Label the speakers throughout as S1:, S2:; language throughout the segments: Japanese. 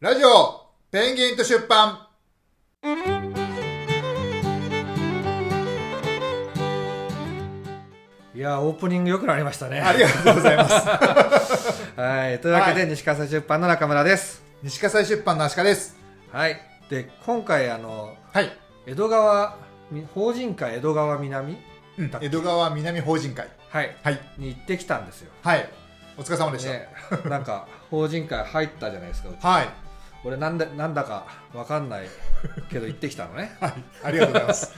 S1: ラジオペンギンと出版
S2: いやオープニングよくなりましたね
S1: ありがとうございます
S2: はいというわけで、
S1: は
S2: 西川出版の中村です
S1: 西葛西出版の足利です
S2: はいで今回あの
S1: はい、
S2: 江戸川み法人会江戸川南
S1: うん
S2: だっけ
S1: 江戸川南法人会
S2: はい
S1: はい
S2: に行ってきたんですよ、
S1: はいお疲れ様でした、
S2: ね、なんか法人会入ったじゃないですか
S1: はい
S2: 俺なんだなんだかわかんないけど行ってきたのね
S1: はいありがとうございます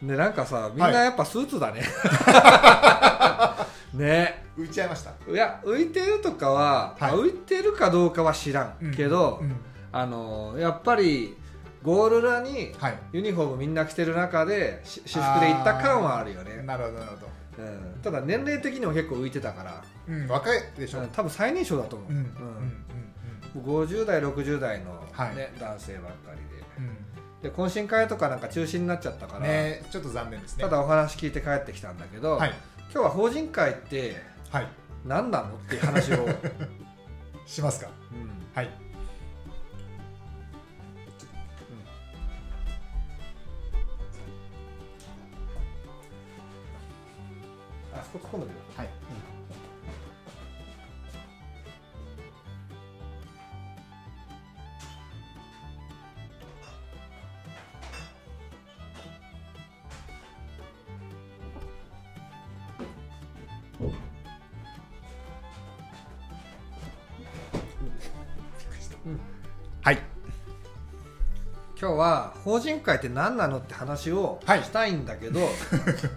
S2: でなんかさみんなやっぱスーツだね、ね
S1: 浮いちゃいました
S2: いや浮いてるとかは、
S1: はい
S2: 浮いてるかどうかは知らんけど、
S1: うんうん
S2: あのやっぱりゴール裏に
S1: はい
S2: ユニフォームみんな着てる中でし私服で行った感はあるよね、
S1: なるほどなるほど
S2: うん、ただ年齢的にも結構浮いてたから、
S1: うん若いでしょ
S2: うん多分最年少だと思う、
S1: うんうん
S2: うん50代60代の、ね
S1: はい
S2: 男性ばっかり
S1: うん
S2: でで懇親会とかなんか中止になっちゃったか
S1: う
S2: ら、
S1: んねちょっと残念ですね
S2: ただお話聞いて帰ってきたんだけど、
S1: はい
S2: 今日は法人会って
S1: はい
S2: 何なのっていう話を、うん、
S1: しますかはい
S2: あそこ突っ込んでくる
S1: はいはい
S2: 今日は法人会って何なのって話を
S1: はい
S2: したいんだけ ど、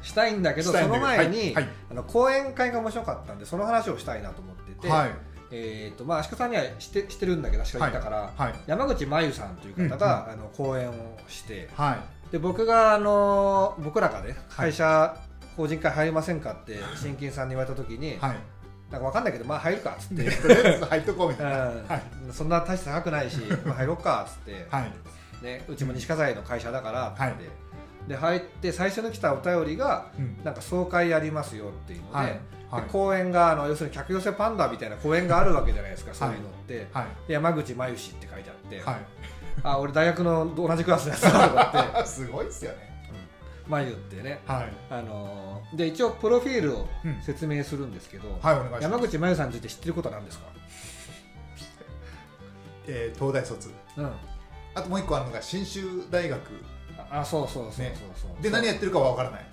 S2: したいんだけど
S1: したい
S2: そ
S1: んだ
S2: の
S1: けど
S2: 前に、
S1: はいはい
S2: あの講演会が面白かったんでその話をしたいなと思ってて、
S1: はい
S2: えっ、とまあ足利さんにはしてしてるんだけど足利行ったから、
S1: はい
S2: 山口真由さんという方が、あの講演をして
S1: はい
S2: で僕があの僕らがね会社、法人会入りませんかって新金さんに言われた時に、
S1: はい
S2: なんかわかんないけどまあ入るかっつって、
S1: でとりあえず入っとこうみ
S2: う
S1: た
S2: ん
S1: いなは
S2: そんな大して高くないし、まあ、入ろうかっつって、
S1: はい
S2: ね、うちも西葛西の会社だからって、
S1: はい
S2: で入って最初に来たお便りが
S1: うん
S2: なんか総会やりますよっていうので,、
S1: はいはい
S2: で公演があの要するに客寄せパンダみたいな公演があるわけじゃないですか、そういうのって、
S1: はい
S2: で山口真由氏って書いてあって、
S1: はい
S2: あ俺大学の同じクラスのやつだと思って
S1: あすごいっすよね
S2: 真由ってね、
S1: はい
S2: あのーで一応プロフィールを
S1: うん
S2: 説明するんですけど、
S1: はいお願いします
S2: 山口真由さんについて知ってることは何ですか、
S1: えー東大卒
S2: うん、
S1: あともう一個あるのが信州大学
S2: ああそうそうそうそう
S1: ね
S2: そう、
S1: で何やってるかは分からない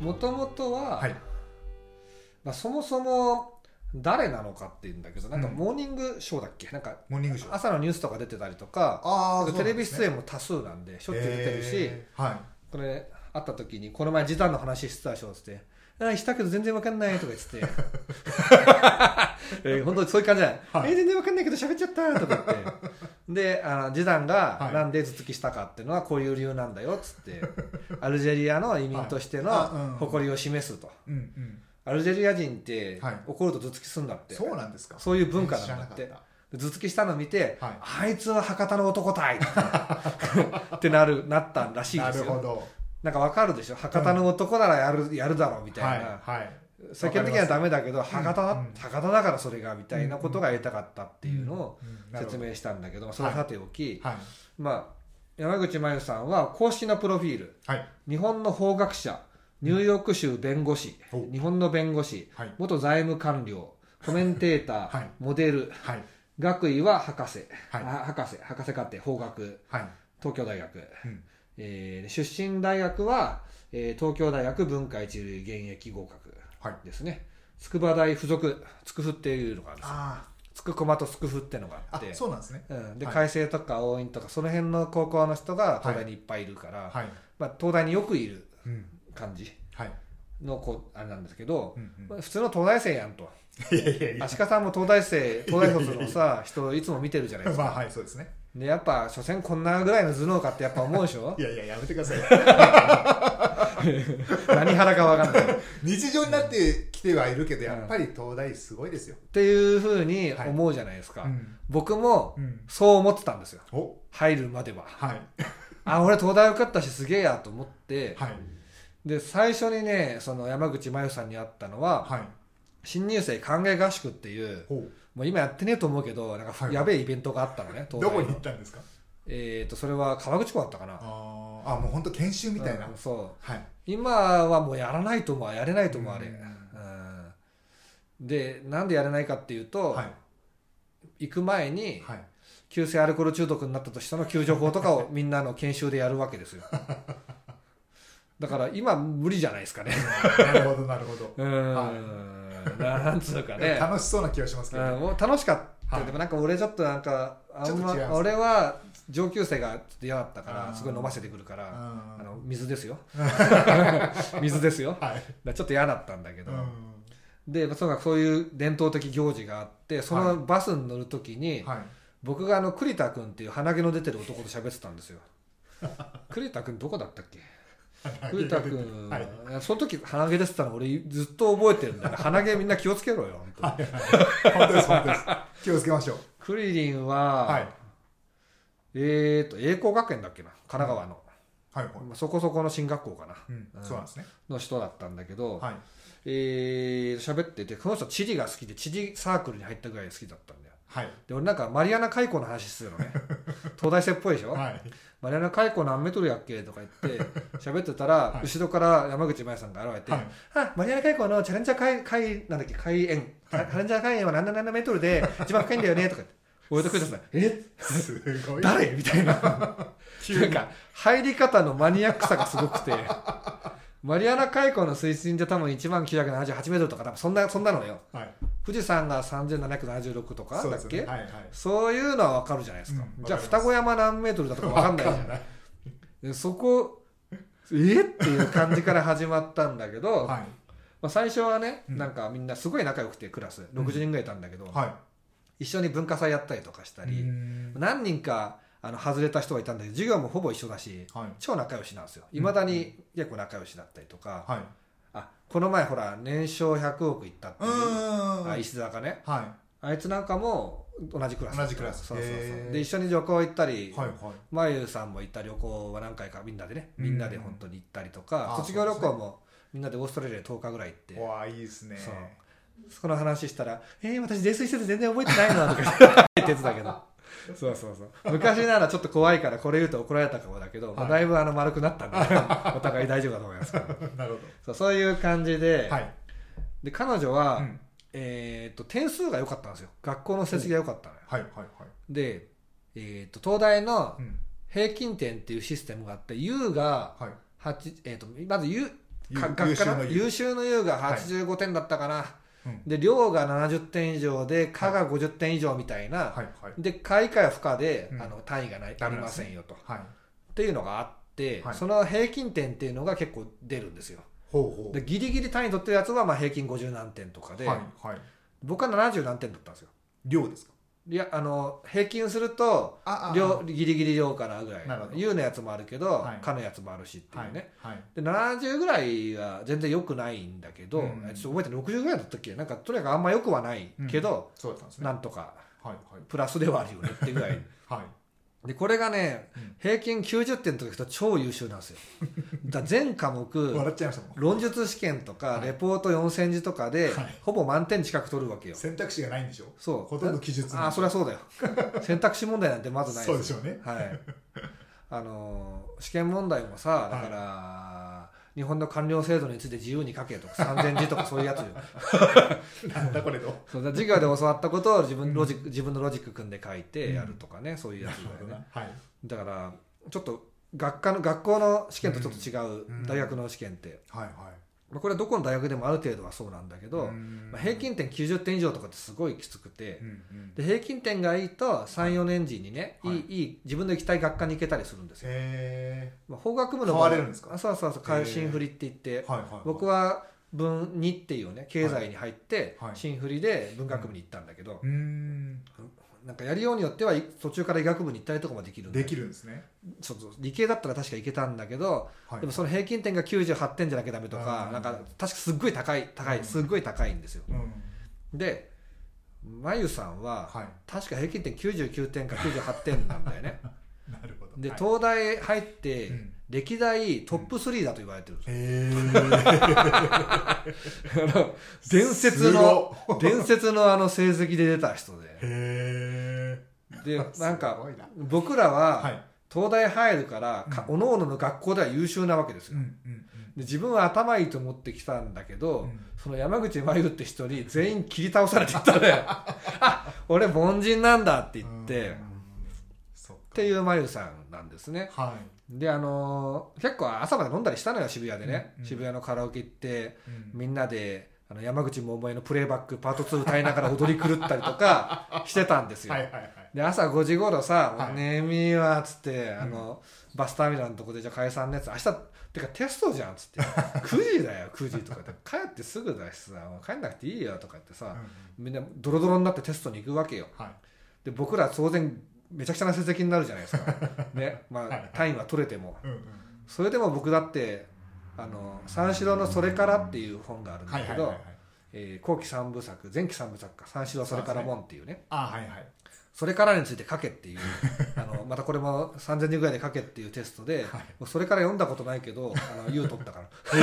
S2: もともとは、
S1: はい
S2: まあ、そもそも誰なのかっていうんだけどなんか
S1: うん
S2: モーニングショーだっけ、なんか
S1: モーニングショー
S2: 朝のニュースとか出てたりとか
S1: あ
S2: テレビ出演
S1: も
S2: も多数なんでしょっちゅう出てるし、
S1: はい
S2: これ会った時にこの前時短の話してたでしょっつって「あしたけど全然わかんない」とか言ってて えー本当にそういう感じじゃない、
S1: はい
S2: えー全然わかんないけど喋っちゃった」とか言ってであの時短
S1: は
S2: が
S1: い
S2: なんで頭突きしたかっていうのはこういう理由なんだよっつってアルジェリアの移民としての
S1: はいあうん
S2: 誇りを示すと
S1: うんうん
S2: アルジェリア人って
S1: はい
S2: 怒ると頭突きすんだって、
S1: そうなんですか
S2: そういう文化なんだって
S1: 知らなか
S2: 頭突きしたの見て、
S1: はい
S2: あいつは博多の男たいってなるなったらしい
S1: な
S2: です
S1: る
S2: よ
S1: ほど
S2: なんかわかるでしょ博多の男ならやる,、やるだろうみたいな、
S1: はいはい
S2: 世間的にはダメだけど
S1: かり
S2: 博
S1: ます
S2: 多,、
S1: うんうん
S2: 博多だからそれがみたいなことが得たかったっていうのを
S1: うんなるほ
S2: 説
S1: ど
S2: 明したんだけど、まあそれはさておき、
S1: はい
S2: まあ、山口真由さんは公式なプロフィール
S1: はい
S2: 日本の法学者ニューヨーク州弁護士、
S1: お
S2: 日本の弁護士
S1: はい
S2: 元財務官僚コメンテーター、
S1: はい
S2: モデル
S1: はい
S2: 学位は博士、
S1: はい
S2: あ博士博士課程法学
S1: はい
S2: 東京大学、
S1: うん
S2: えー出身大学は、えー東京大学文化一類現役合格
S1: はい
S2: ですね筑波大附属筑府っていうのがあるんですよ
S1: あ
S2: 筑駒と筑府ってのが
S1: ー
S2: あっ
S1: あ
S2: て
S1: そうなんですね
S2: うん、で
S1: はい
S2: 海星とか応援とかその辺の高校の人が東大にいっぱいいるから、
S1: はい
S2: まあ、東大によくいる
S1: うん
S2: 感じ
S1: はい
S2: の子あれなんですけど
S1: う、んうん
S2: まあ普通の東大生やんと
S1: いやいやいや
S2: 足利さんも東大生東大卒 のさ人いつも見てるじゃないですか
S1: まあはいそうですね
S2: でやっぱ所詮こんなぐらいの頭脳かってやっぱ思うでしょ
S1: いやいややめてください
S2: 何腹か分かんない
S1: 日常になってきてはいるけどやっぱり東大すごいですよ
S2: っていうふうに思うじゃないですか、
S1: うん
S2: 僕も
S1: うん
S2: そう思ってたんですよ
S1: お
S2: 入るまでは
S1: はい
S2: あ俺東大受かったしすげえやと思って、
S1: はい
S2: で最初にねその山口真由さんに会ったのは、
S1: はい
S2: 新入生歓迎合宿っていう
S1: ほう
S2: もう今やってねえと思うけどなんかふ、
S3: はい
S2: やべえイベントがあったのね東
S3: どこ
S2: 大の
S3: に行ったんですか
S2: えー、とそれは川口湖だったかな
S3: あーあもう本当研修みたいな、
S2: うんそう
S3: はい
S2: 今はもうやらないと思うやれないと思うあれ、
S3: うん
S2: うんでなんでやれないかっていうと、
S3: はい
S2: 行く前に
S3: はい
S2: 急性アルコール中毒になったと人の救助法とかを みんなの研修でやるわ けですよだから今無理じゃないですかね
S3: なるほどなるほど、
S2: うーん、
S3: は
S2: なんつうか ね
S3: 楽しそうな気がしますけ
S2: う
S3: ど、
S2: ん、もう楽しかった、
S3: はい
S2: でもなんか俺ちょっとなんかあん、ま
S3: ちょっと違います
S2: 俺は上級生がちょっと嫌だったか
S3: あ
S2: ら
S3: ー
S2: すごい飲ませてくるから、
S3: あ
S2: あの水です よ水ですよだか
S3: はい、
S2: らちょっと嫌だったんだけ
S3: う
S2: ど、
S3: ん
S2: でまあとにかくそういう伝統的行事があってそ
S3: は
S2: のバスに乗る時に、
S3: はい、
S2: 僕があの栗田君っていう鼻毛の出てる男と喋ってたんで すよ栗田君どこだったっけ栗田君、
S3: はい
S2: その時鼻毛出てたの俺ずっと覚えてるんだよね鼻毛みんな気をつけろよ本当に
S3: 本当です本当です気をつけましょう
S2: クリリンは、
S3: はい
S2: えー、と栄光学園だっけな神奈川の、
S3: はいはい、
S2: まあそこそこの進学校かな
S3: うん
S2: うん
S3: そうなんですね
S2: の人だったんだけど、
S3: はい
S2: えー、喋っててこの人地理が好きで地理サークルに入ったぐらい好きだったんだよ
S3: はい
S2: で俺なんかマリアナ海溝の話する のね東大生っぽいでしょ、
S3: はい
S2: マリアナ海溝何メートルやっけとか言 って喋ってたら、
S3: はい
S2: 後ろから山口真由さんが現れて、
S3: はい
S2: あマリアナ海溝のチャレンジャー海海なんだっけ海縁、チャレンジャー海縁は何何メート ルで一番深いんだよねとか言って俺とクリスさんえ
S3: すごい
S2: 誰みたいな
S3: 急
S2: な
S3: に
S2: んか入り方のマニアックさがすごくてマリアナ海溝の水深で多分1万978メートルとか多分そんなそんなのよ
S3: はい
S2: 富士山が3776とか
S3: そう
S2: だ
S3: で
S2: っ
S3: す
S2: けそう,、
S3: ねはいはい
S2: いうのは分かるじゃないですか、
S3: うん
S2: じゃあ
S3: わかりま
S2: 双
S3: す
S2: 子山何メートルだとか分 かんないじゃ
S3: わ
S2: んでそこえっていう感じから始まったんだけ
S3: は
S2: ど、ま
S3: い
S2: あ、最初はね、
S3: うん
S2: なんかみんなすごい仲良くてクラス60人ぐらいいたんだけど、
S3: は
S2: 一緒に文化祭やったりとかした
S3: い
S2: り、何人かあの外れた人がいたんだけど授業もほぼ一緒だし
S3: はい
S2: 超仲良しなんですよいまだに結構仲良しだったりとか、
S3: はい
S2: あこの前ほら年商100億いったって
S3: う
S2: い
S3: ん
S2: うあ
S3: はい
S2: 石坂ねあいつなんかも同じクラス
S3: 同じクラス
S2: そうそうそう
S3: へー
S2: で一緒に旅行行ったり、
S3: はい
S2: まゆさんも行った旅行は何回かみんなでねみんなで本当に行ったりとか、
S3: うん
S2: 卒業旅行もみんなでオーストラリアで10日ぐらい行って
S3: はいわあいいですね
S2: そうその話したら「えー、私泥酔してて全然覚えてないな」と か言ってたけどそうそうそう昔ならちょっと怖いからこれ言うと怒られたかもだけど、まあ
S3: はい
S2: だいぶあの丸くなったんで お互い大丈夫だと思いますけど
S3: なるほ
S2: そうそういう感じで,、
S3: どはい
S2: で彼女は、
S3: うん
S2: えー、と点数が良かったんですよ学校の成績が良かったのよ、
S3: はいはいはい
S2: で、えー、と東大の
S3: うん
S2: 平均点っていうシステムがあって U が
S3: はい
S2: 8、えー、とまず U か
S3: 優
S2: 学
S3: 優秀
S2: 科の
S3: の優
S2: 優秀の U が85点だったかな、
S3: うん
S2: で量が70点以上で科が50点以上みたいな、
S3: はいはい
S2: で科以下や不可で、
S3: うん
S2: あの単位がないあ
S3: ダ
S2: り
S3: メなん
S2: ま
S3: です
S2: せ
S3: ね
S2: んよとっ
S3: はい
S2: ていうのがあって、
S3: はい
S2: その平均点っていうのが結構出るんですよ
S3: ほうほう
S2: でギリギリ単位取ってるやつはまあ平均50何点とかで、
S3: はいはい
S2: 僕は70何点だったんですよ
S3: 量ですか
S2: いやあの平均すると
S3: あ
S2: 量ギリギリ量かなぐらい
S3: なるほど
S2: U のやつもあるけど、
S3: はい
S2: 科のやつもあるしっていう
S3: は
S2: ね、
S3: いはい
S2: で70ぐらいは全然良くないんだけど、
S3: うん
S2: ちょっと覚えてる60ぐらいだったっけなんかとにかくあんま良くはないけど、
S3: そうだったんですね
S2: なんとか
S3: はい
S2: プラスではあるよねってぐらい
S3: はいはい
S2: でこれがね、
S3: うん
S2: 平均90点とか人超優秀なんですよだから全科目
S3: 笑っちゃいましたもん
S2: 論述試験とか
S3: はい
S2: レポート4000字とかで、
S3: はい
S2: ほぼ満点近く取るわけよ
S3: 選択肢がないんでしょ
S2: そう
S3: ほとんど記述
S2: ああそ
S3: れ
S2: りゃそうだよ選択肢問題なんてまずない
S3: そうでしょうね
S2: はいあのー試験問題もさだから、日本の官僚制度について自由に書けとか3000字とかそうい うやつよ
S3: なんだこれと
S2: そうだから授業で教わったことを自分ロジック自分のロジック組んで書いてやるとかね、そういうやつだよね
S3: はい
S2: だからちょっと学科の学校の試験とちょっと違う、
S3: うん
S2: 大学の試験って、
S3: はいはい
S2: まあ、これはどこの大学でもある程度はそうなんだけど、まあ、平均点90点以上とかってすごいきつくて
S3: う、んうん
S2: で平均点がいいと34年時にね、
S3: はい
S2: い、いいい自分の行きたい学科に行けたりするんですよ、
S3: へ
S2: まあ、法学部の
S3: 変われるんですか
S2: あそうそうそう
S3: へー
S2: 新振りって言って、
S3: えはいはい
S2: 僕
S3: は
S2: は文2っていうね経済に入って、
S3: はいはい
S2: 新振りで文学部に行ったんだけど、
S3: うーん
S2: なんかやりようによってはい途中から医学部に行ったりとかもできるんだ
S3: できるんですね
S2: そうそう理系だったら確か行けたんだけど、
S3: はい
S2: でもその平均点が98点じゃなきゃダメとか、
S3: うん
S2: なんか確かすっごい高い高
S3: う
S2: い
S3: ん
S2: すっごい高いんですよ、
S3: うん
S2: でまゆさんは、
S3: は
S2: 確か平均点99点か98点なんだよね
S3: いなるほど
S2: で
S3: はい
S2: 東大入って
S3: うん
S2: 歴代トップ3だと言われてるんですよ、
S3: え
S2: あの 伝説の伝説のあの成績で出た人
S3: へえ
S2: ででなん
S3: す
S2: か
S3: ごいな
S2: 僕らは、
S3: はい
S2: 東大入るからか、各々の学校では優秀なわけですよ、
S3: うんう
S2: で
S3: ん
S2: 自分は頭いいと思ってきたんだけど、
S3: うん
S2: その山口真由って人に全員切り倒されていった ねあ俺凡人なんだって言って、
S3: う
S2: っ
S3: んそっか
S2: ていう真由さんなんですね
S3: は
S2: であのー結構朝まで飲んだりしたのよ渋谷でね、
S3: うんうん
S2: 渋谷のカラオケ行って
S3: い、うん
S2: みんなであの山口百恵のプレイバックパート2歌いながら踊り狂ったりと かしてたんですよ、
S3: はいはいはい
S2: で朝5時頃さ「
S3: はい
S2: ねみーは」っつってあの、バスターミナルのとこでじゃあ解散のやつ明日てかテストじゃんっつ って9時だよ9時とかって帰ってすぐだしさもう帰んなくていいよとか言って
S3: うん
S2: さ
S3: うん
S2: みんなドロドロになってテストに行くわけよ
S3: はい
S2: で僕ら当然めちゃくちゃな成績になるじゃないです かねま
S3: はいはい
S2: あ単位は取れても
S3: うんうん
S2: それでも僕だってあの三四郎の「それから」っていう本があるん
S3: は
S2: だ
S3: いは
S2: け
S3: いはい
S2: ど
S3: はい
S2: えー後期三部作前期三部作か三四郎それから本っていうね
S3: あはいはい
S2: それからについて書けって いうあのまたこれも3000人ぐらいで書けっていうテストで、
S3: はい
S2: もうそれから読んだことないけどあの U 取ったから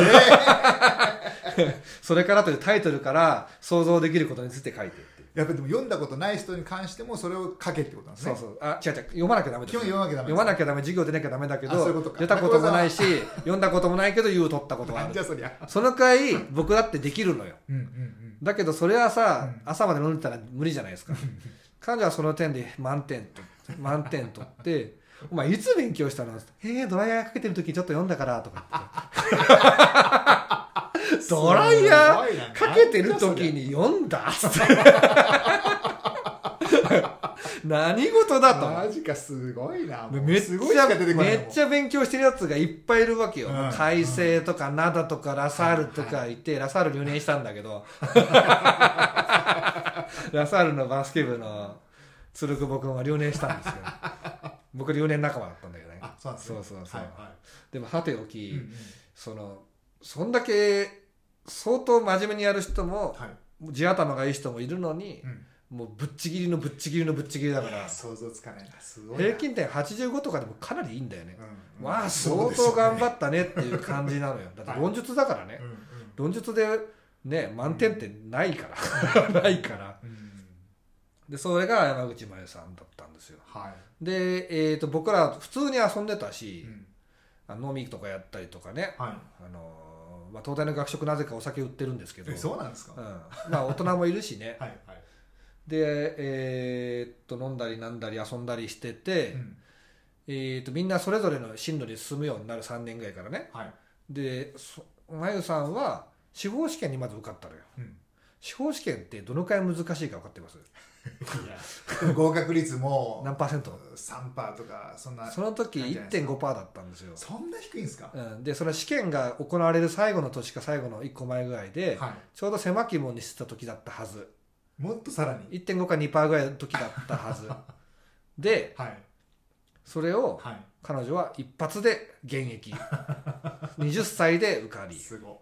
S3: え
S2: それからというタイトルから想像できることについて書いてっていう
S3: えやっぱりでも読んだことない人に関してもそれを書けってことなんです
S2: そう
S3: ね
S2: そうあ違う違う読まなきゃダメです
S3: 基本読まなきゃダメ
S2: 読まなきゃダメ授業出なきゃダメだけ
S3: あそういう
S2: ど
S3: ことか
S2: 出たこともな いし読んだこともないけど U 取ったことは あ
S3: なんじ
S2: る
S3: ゃそりゃ
S2: その回僕だってできるのよ
S3: うんうんうん
S2: だけどそれはさ、
S3: うん
S2: 朝まで飲んでたら無理じゃな いですか彼女はその点で満点と満点取って「お前いつ勉強したの?」って言ってえー、ドライヤーかけてる時ちょっと読んだから」とか 言ってドライヤーかけてる時に読んだ」っ つって何事だと
S3: マジかすごいなもう
S2: めっ
S3: すごいし
S2: ちゃ
S3: か出てこない
S2: め
S3: もん
S2: っちゃ勉強してるやつがいっぱいいるわけよ、
S3: うん
S2: 海星とか灘とかラサールとかいて、ラサール留年したんだ けどラサールのバスケ部の鶴久保君は留年したんですよ僕留年仲間だったんだけどね
S3: あそうなんですね
S2: そうそうそう
S3: はいは
S2: でもはてお
S3: い
S2: き、
S3: うんうん
S2: そのそんだけ相当真面目にやる人も
S3: はい
S2: 地頭がいい人もいるのに
S3: う、ん
S2: もうぶっちぎりのぶっちぎりのぶっちぎりだか
S3: いや
S2: ら
S3: 想像つかないなすごいな
S2: 平均点85とかでもかなりいいんだよね、
S3: うん
S2: まあ
S3: そ
S2: 相
S3: うですよ
S2: 当
S3: ね
S2: 頑張ったねっていう感じ なのよだって論述だからね
S3: うんうん
S2: 論述でね満点ってないか らないから
S3: うん
S2: でそれが山口真由さんだったんですよ
S3: は
S2: で、えー、と僕ら普通に遊んでた
S3: い
S2: し
S3: う、ん
S2: あ飲みとかやったりとかね、
S3: は
S2: あのーまあ、東大の学食なぜかお酒売ってるんですけ
S3: い
S2: ど
S3: えそうなんですか
S2: うん、まあ大人もいる しね
S3: はいはい
S2: でえーっと飲んだりなんだり遊んだりしてて、
S3: うん
S2: えー、とみんなそれぞれの進路に進むようになる3年ぐらいからね
S3: はい
S2: でそまゆさんは司法試験にまず受かったのよ
S3: うん
S2: 司法試験ってどのくらい難しいか分かってます
S3: でも合格率も
S2: 何パーセント
S3: 3%とかそんな
S2: その時
S3: なんじゃないです
S2: 1.5%だったんですよ、
S3: そんな低いんですか
S2: うん、でその試験が行われる最後の年か最後の1個前ぐらいで、
S3: は
S2: ちょうど狭き門にしてた時だったはず
S3: いもっとさらに
S2: 1.5か2%ぐらいの時だった はずで
S3: はい
S2: それを
S3: は
S2: 彼女は一発で現役20歳で受か
S3: い
S2: り
S3: すご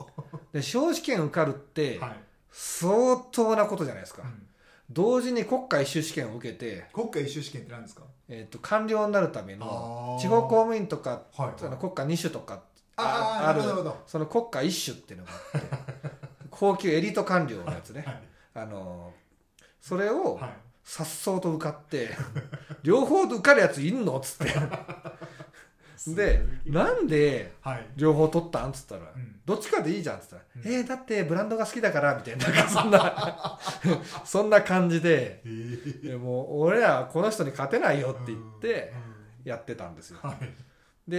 S2: で司法試験受かるって
S3: はい
S2: 相当なことじゃないですか、
S3: うん
S2: 同時に国家一周試験を受けて、
S3: 国家一周試験って何ですか
S2: えー、と官僚になるための
S3: あー
S2: 地方公務員とか
S3: はい
S2: あの国家2種とか
S3: あー
S2: あ
S3: なるほどなる
S2: る
S3: ほど
S2: その国家一種っていうのがあって 高級エリート官僚のやつね、
S3: はい
S2: あのーそれを
S3: はい
S2: さっそうと受かって、両方受かるやついんのっ つってでなんで
S3: はい
S2: 両方取ったんっつったら、
S3: うん
S2: どっちかでいいじゃんっつったら、
S3: うん
S2: えー、だってブランドが好きだからみたいななんかそんな そんな感じ で
S3: えー
S2: いやもう俺らこの人に勝てないよって言って
S3: うん
S2: やってたんですよ
S3: はい
S2: で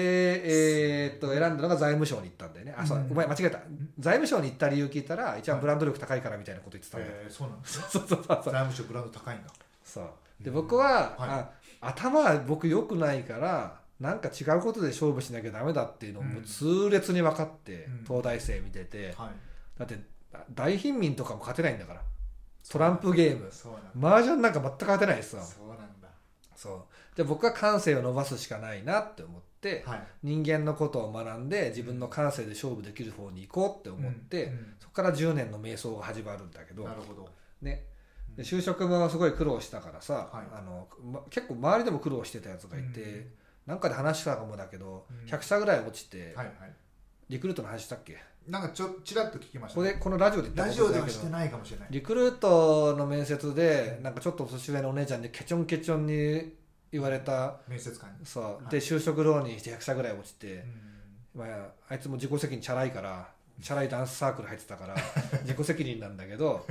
S2: えーっと選んだのが財務省に行ったんだよねあそう
S3: うん
S2: お前間違えた財務省に行った理由聞いたら一番ブランド力高いからみたいなこと言ってたんだよ、
S3: えーそうなんです
S2: そうそうそうそう
S3: 財務省ブランド高いんだ
S2: そうで僕は、
S3: はい
S2: あ頭は僕良くないからなんか違うことで勝負しなきゃダメだっていうのをもう痛烈に分かって、
S3: うん
S2: 東大生見てて、
S3: はい
S2: だって大貧民とかも勝てないんだからトランプゲーム
S3: そうなんだ
S2: 麻雀なんか全く勝てないですよ
S3: そうなんだ
S2: そうで僕は感性を伸ばすしかないなって思って、
S3: はい
S2: 人間のことを学んで自分の感性で勝負できる方に行こうって思って、
S3: うんうん
S2: そこから10年の瞑想が始まるんだけど
S3: な、るほど
S2: ね、で
S3: うん
S2: 就職もすごい苦労したからさ、
S3: はい
S2: あのま結構周りでも苦労してたやつがいて、
S3: うん
S2: なんかで話したかもだけど、
S1: うん
S2: 100社ぐらい落ちて、
S1: はいは
S2: リクルートの話したっけ
S1: いなんかちょちらっと聞きまし
S2: こ
S1: た
S2: こ
S1: ね
S2: でこのラジオで言った
S1: ラ
S2: こ
S1: ジオ
S2: と
S1: で
S2: だ
S1: は
S2: け
S1: して
S2: ど
S1: ないかもしれない
S2: リクルートの面接でなんかちょっと年上のお姉ちゃんにケチョンケチョンに言われた
S1: 面接官に
S2: さ
S1: い
S2: で就職浪人して100社ぐらい落ちて、
S1: うん
S2: まあ、あいつも自己責任チャラいからチャラいダンスサークル入ってたから 自己責任なんだけど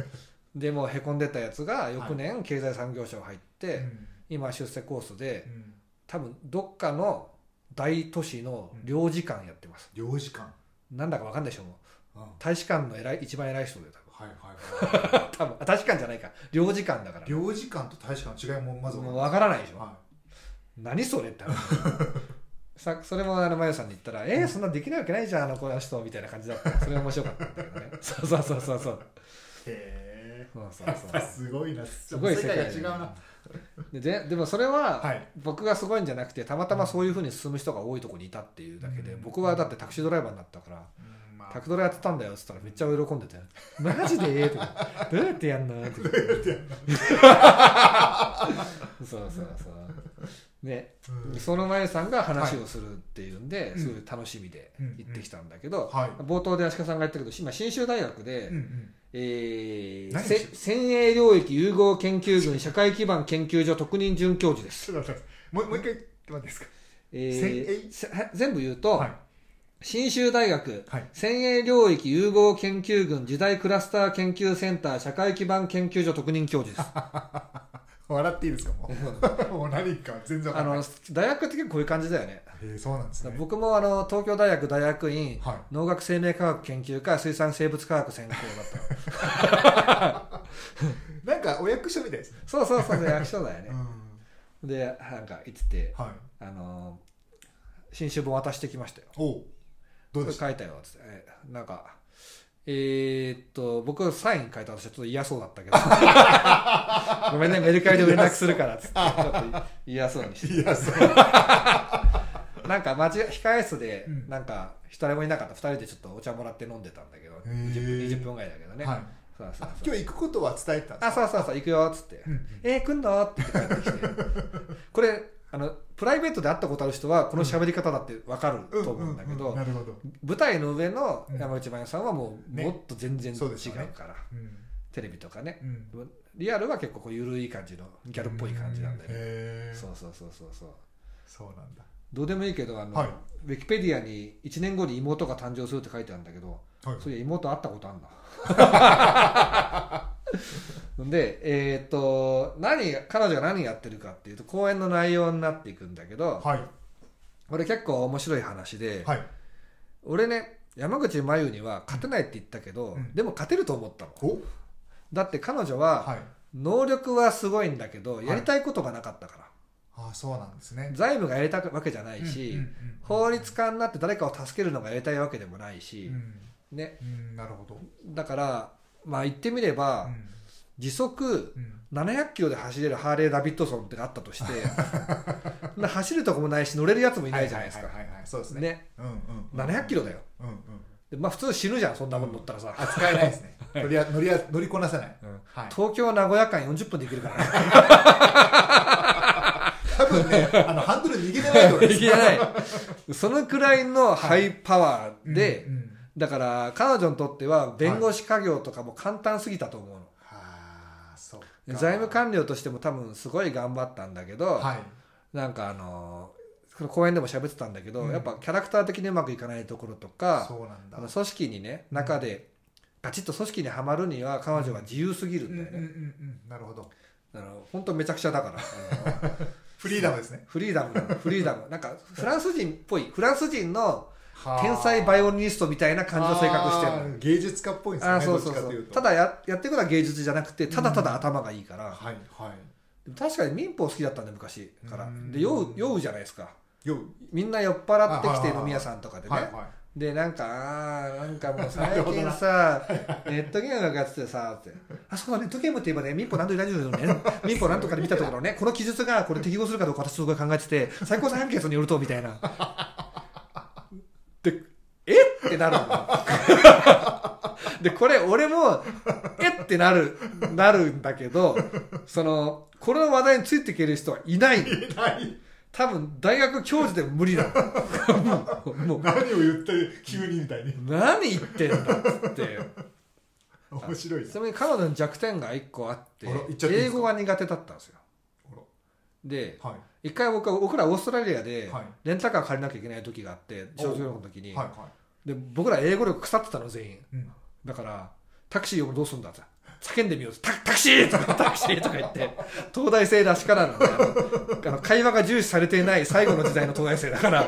S2: でもうへこんでたやつが翌年経済産業省入って、
S1: うん
S2: 今出世コースで
S1: うん
S2: 多分どっかの大都市の領事館やってます、
S1: 領事館
S2: なんだかわかんないでしょもう
S1: は
S2: 大使館の偉い一番偉い人だよ
S1: いはいはい
S2: 多分多分あ大使館じゃないか領事館だか ら
S1: 領事館と大使館の違いもまず分かん
S2: もう
S1: ない
S2: わからないでしょ、
S1: は
S2: 何それって 話さそれもあのマヨさんに言ったら「えー、そんなできないわけないじゃんあの子の人」みたいな感じだったそれ面白かったんだけど ねそうそうそうそうそう
S1: いへ
S2: そうそう
S1: え
S2: そう
S1: すごいなす
S2: すごい世界
S1: が違うな
S2: でででもそれは、
S1: はい
S2: 僕がすごいんじゃなくてたまたまそういうふうに進む人が多いとこにいたっていうだけで、
S1: うん
S2: 僕はだってタクシードライバーになったから
S1: うんま
S2: 「
S1: あ
S2: タクドラやってたんだよ」っつったらめっちゃ喜ん でて「マジで?」とか「どうやってやんの?」とか そうそうそうね
S1: うん
S2: その前さんが話をするっていうんで、
S1: うん
S2: すごい楽しみで行ってきたんだけど、
S1: はい
S2: 冒頭で足利さんが言ったけど今信州大学で、
S1: うんうん
S2: えー、
S1: 何
S2: せ先鋭領域融合研究群社会基盤研究所特任准教授です、
S1: ちょっと待ってもうもう一回待っていいですか
S2: えー、せ全部言うと、
S1: はい
S2: 信州大学
S1: はい
S2: 先鋭領域融合研究群時代クラスター研究センター社会基盤研究所特任教授です
S1: 笑っていいですかもうもう何か全然わ
S2: あ
S1: かんない
S2: の大学って結構こういう感じだよね
S1: へえそうなんですね
S2: 僕もあの東京大学大学院、
S1: はい
S2: 農学生命科学研究科水産生物科学専攻だったの
S1: なんかお役所みたいですね
S2: そうそうそうそう役所だよ
S1: う
S2: ね
S1: ん
S2: でなんか言ってて
S1: はい
S2: あの新種本渡してきましたよ
S1: おうどうで
S2: これ
S1: した
S2: 書いたよつってえなんかえーっと僕サイン書いたとしてちょっと嫌そうだったけど ごめんねメルカリで連絡するからっつってちょっと嫌そうにして
S1: いやそう
S2: なんか間違控え室で、
S1: うん
S2: なんか一人もいなかった2人でちょっとお茶もらって飲んでたんだけど
S1: へ
S2: 20,
S1: ー
S2: 20分ぐらいだけどね、
S1: はい
S2: そうそう
S1: あ
S2: そう
S1: 今日行くことは伝えてたんです
S2: あ、そうそうそう、行くよ、っつって。
S1: うんうん
S2: えー、来んのって言って帰ってきて。これ、あの、プライベートで会ったことある人は、この喋り方だってわかると思うんだけど
S1: な、るほど、
S2: 舞台の上の
S1: うん
S2: 山内真由さんはもう、
S1: ね
S2: もっと全然違
S1: そう
S2: う
S1: ですよね
S2: から、
S1: うん
S2: テレビとかね。
S1: うん、
S2: リアルは結構こう、ゆるい感じの、ギャルっぽい感じなんだよ
S1: う
S2: ね。
S1: へえそ
S2: そ
S1: う
S2: うそうそうそうそう。
S1: なんだ
S2: どうでもいいけど、あの、
S1: はい
S2: ウィキペディアに1年後に妹が誕生するって書いてあるんだけど、
S1: はい
S2: そういや妹会ったことあんな でえーっと何彼女が何やってるかっていうと講演の内容になっていくんだけど
S1: はい
S2: これ結構面白い話で、
S1: はい
S2: 俺ね山口真由には勝てないって言ったけど、
S1: うん
S2: でも勝てると思ったの
S1: お
S2: だって彼女は
S1: はい
S2: 能力はすごいんだけど
S1: い
S2: やりたいことがなかったから、
S1: あそうなんですね
S2: 財務がやりたいわけじゃないし、
S1: うんうんうん
S2: 法律家になって誰かを助けるのがやりたいわけでもないうし、
S1: ん、
S2: ね
S1: うん、なるほど、
S2: だからまあ言ってみれば、
S1: うん
S2: 時速
S1: うん、
S2: 700キロで走れるハーレー・ダビッドソンってがあったと してな走るとこもないし乗れるやつもいないじゃないですか
S1: ははいはいはいそうですね
S2: ね
S1: うんうんうん
S2: 700キロだよ
S1: うんうん
S2: でまあ普通死ぬじゃんそんなもん乗ったらさ、
S1: あ使えないですね乗りあ乗りあ乗りこなせない、
S2: うん
S1: はい
S2: 東京名古屋間40分で行けるからね
S1: 多分ねあのハンドル逃げてないと思います
S2: いけない そのくらいのハイパワーで、
S1: うんうん
S2: だから彼女にとっては弁護士家業とかも簡単すぎたと思うの、
S1: はあそうか
S2: 財務官僚としても多分すごい頑張ったんだけど、
S1: はい
S2: なんかあのーこの公演でも喋ってたんだけど、
S1: うん
S2: やっぱキャラクター的にうまくいかないところとか
S1: そうなんだ
S2: あの組織にね中でガチッと組織にはまるには彼女は自由すぎるんだよ
S1: うんうん
S2: ね、
S1: うんうんなるほど
S2: あの本当めちゃくちゃだからあの
S1: フリーダムですね
S2: フリーダムなのフリーダムなんかフランス人っぽいフランス人の
S1: はあ
S2: 天才バイオリニストみたいな感じの性格してる
S1: あー芸術家っぽいんです
S2: あ
S1: よ
S2: あー
S1: ね
S2: そ
S1: ど
S2: う
S1: っ
S2: そ
S1: ち
S2: う
S1: か
S2: そ
S1: といううと
S2: ただややってることは芸術じゃなくてただただ頭がいいから、
S1: はいはい
S2: でも確かに民法好きだったんで昔から
S1: うん
S2: で酔う酔うじゃないですか
S1: よ
S2: みんな酔っ払ってき
S1: あ
S2: て
S1: はいはいはい
S2: 飲み屋さんとかでね、
S1: はいは
S2: でなんかあーなんかもう
S1: なる
S2: 最
S1: ほど
S2: 近
S1: な
S2: さネットゲームがやっててさってあそうだネットゲームって言えばね民法何とか大丈夫だ よね民法何とかで見たところねこの記述がこれ適合するかどうか私とか考えてて最高裁判決によるとみたいなでえってなるのでこれ俺もえってなるなるんだけどそのこの話題についていける人はいない
S1: いない
S2: 多分大学教授でも無理だ もんもうも
S1: 何を言って急にみたいに
S2: う何言ってんだっつって
S1: 面白いな
S2: ちなみに彼女の弱点が1個あって
S1: あら言っちゃっていいんです
S2: 英
S1: か
S2: 語が苦手だったんですよ
S1: あら
S2: で
S1: は
S2: 一回僕は僕らオーストラリアで
S1: はい
S2: レンタカー借りなきゃいけない時があって小学校の時
S1: い
S2: に、
S1: はいは
S2: で僕ら英語力腐ってたの全員
S1: い、うん、
S2: だからタクシーをどうすんだって叫んでみようタタクシーとか タクシーとか言って東大生らしからなんであのあの会話が重視されていない最後の時代の東大生だから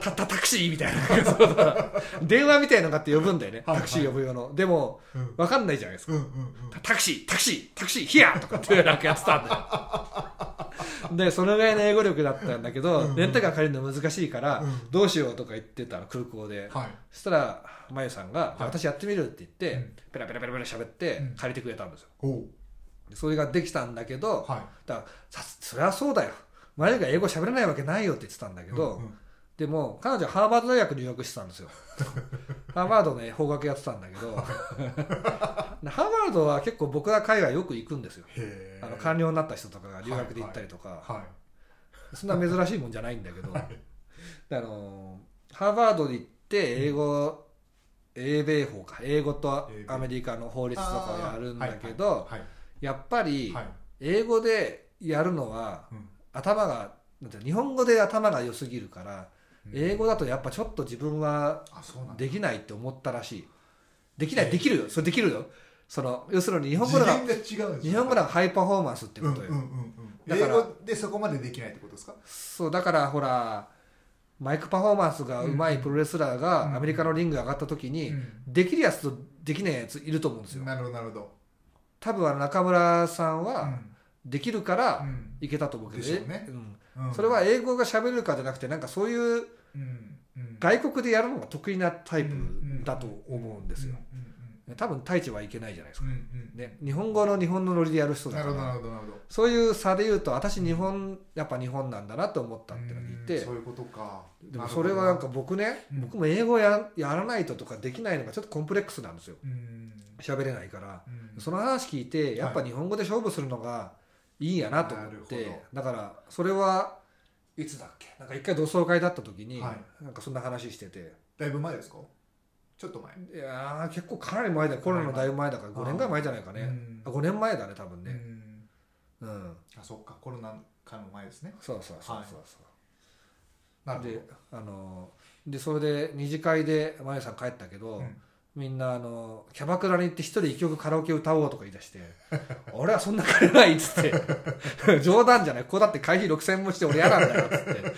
S2: たったタクシーみたいな そうそう電話みたいのがあって呼ぶんだよね
S1: はいはい
S2: タクシー呼ぶ用のでも
S1: うん
S2: 分かんないじゃないですか
S1: うんうんうん
S2: タタクシータクシータクシーヒアとかってなんかやってたんだよ でそのぐらいの英語力だったんだけ
S1: うん
S2: ど
S1: うん
S2: レンタカー借りるの難しいから、
S1: うん
S2: どうしようとか言ってたの空港で、
S1: はい
S2: そしたらまゆさんが「じゃあ私やってみる」って言って、
S1: うん
S2: ペラペラペラペラ喋って
S1: うん
S2: 借りてくれたんですよ、
S1: おう
S2: でそれができたんだけど、
S1: は
S2: だからさそりゃそうだよマユが英語喋れないわけないよって言ってたんだ
S1: い
S2: けど、
S1: うんうん
S2: でも彼女はハーバード大学に入学してたんで すよハーバードね法学やってたんだけどハーバードは結構僕ら海外よく行くんですよ
S1: へえ
S2: あの官僚になった人とかが留学で行ったりとか、
S1: は
S2: そんな珍しいもんじゃないんだけど、であのハーバードに行って英語、英米法か英語と
S1: 英米
S2: アメリカの法
S1: い
S2: 律とかをやるんだけど、
S1: はい
S2: やっぱり
S1: はい
S2: 英語でやるのは
S1: うん
S2: 頭がなんていうの日本語で頭が良すぎるから、英語だとやっぱちょっと自分は
S1: あそうなんだ
S2: できないって思ったらしいできない、
S1: ええ
S2: できるよそれできるよその要するに日
S1: 日
S2: 本語のが
S1: が違うんですよ
S2: 日本語のがハイパフォーマンスって
S1: う
S2: こ
S1: ん
S2: と
S1: うん
S2: よ、
S1: うんうん
S2: だから
S1: 英語でそこまでできないってことですか
S2: そうだからほらマイクパフォーマンスが上手いプロレスラー
S1: うん
S2: がアメリカのリング上がった時に、
S1: うん
S2: できるやつとできないやついると思うんですよ
S1: なるほどなるほど
S2: 多分あの中村さん
S1: う
S2: は
S1: ん
S2: できるから
S1: うん
S2: いけたと思うけど、
S1: でしょうね
S2: ん
S1: うん
S2: それは英語が喋れるかじゃなくてなんかそういう
S1: うんうん
S2: 外国でやるのが得意なタイプ
S1: うん
S2: だと思うんですよ、
S1: うんうん
S2: 多分太一はいけないじゃないです
S1: う
S2: か、
S1: んうん
S2: ね、日本語の日本のノリでやる人
S1: うん
S2: だ
S1: な
S2: か
S1: るほどな
S2: ら
S1: るほどなるほど
S2: そういう差で言うと私日本やっぱ日本なんだなと思ったっていうのがいて、
S1: うんそういうことか
S2: でもそれはなんか僕ね、
S1: うん
S2: 僕も英語ややらないととかできないのがちょっとコンプレックスなんですよ
S1: うん
S2: 喋れないから、
S1: うん
S2: その話聞いてやっぱ日本語で勝負するのがいいんやなと思っ
S1: な
S2: て
S1: るほ
S2: だからそれはいつだっけなんか一回同窓会だった時に、
S1: は
S2: なんかそんな話してて
S1: だいぶ前ですかちょっと前
S2: いやー結構かなり前だよコロナのだいぶ前だから
S1: はいは
S2: 5
S1: い
S2: 年ぐらい前じゃないかね、
S1: うん
S2: あ5年前だね多分
S1: う
S2: ね
S1: ん
S2: うん、
S1: あそっかコロナ禍の前ですね
S2: そうそうそうそうそう、
S1: なるほど
S2: であのーでそれで二次会で真由さん帰ったけど、
S1: うん
S2: みんなあのキャバクラに行って一人一曲カラオケ歌おうとか言い出して 「俺はそんな金ない」っつって 「冗談じゃないここだって会費6000円もして俺嫌なんだよ」っつって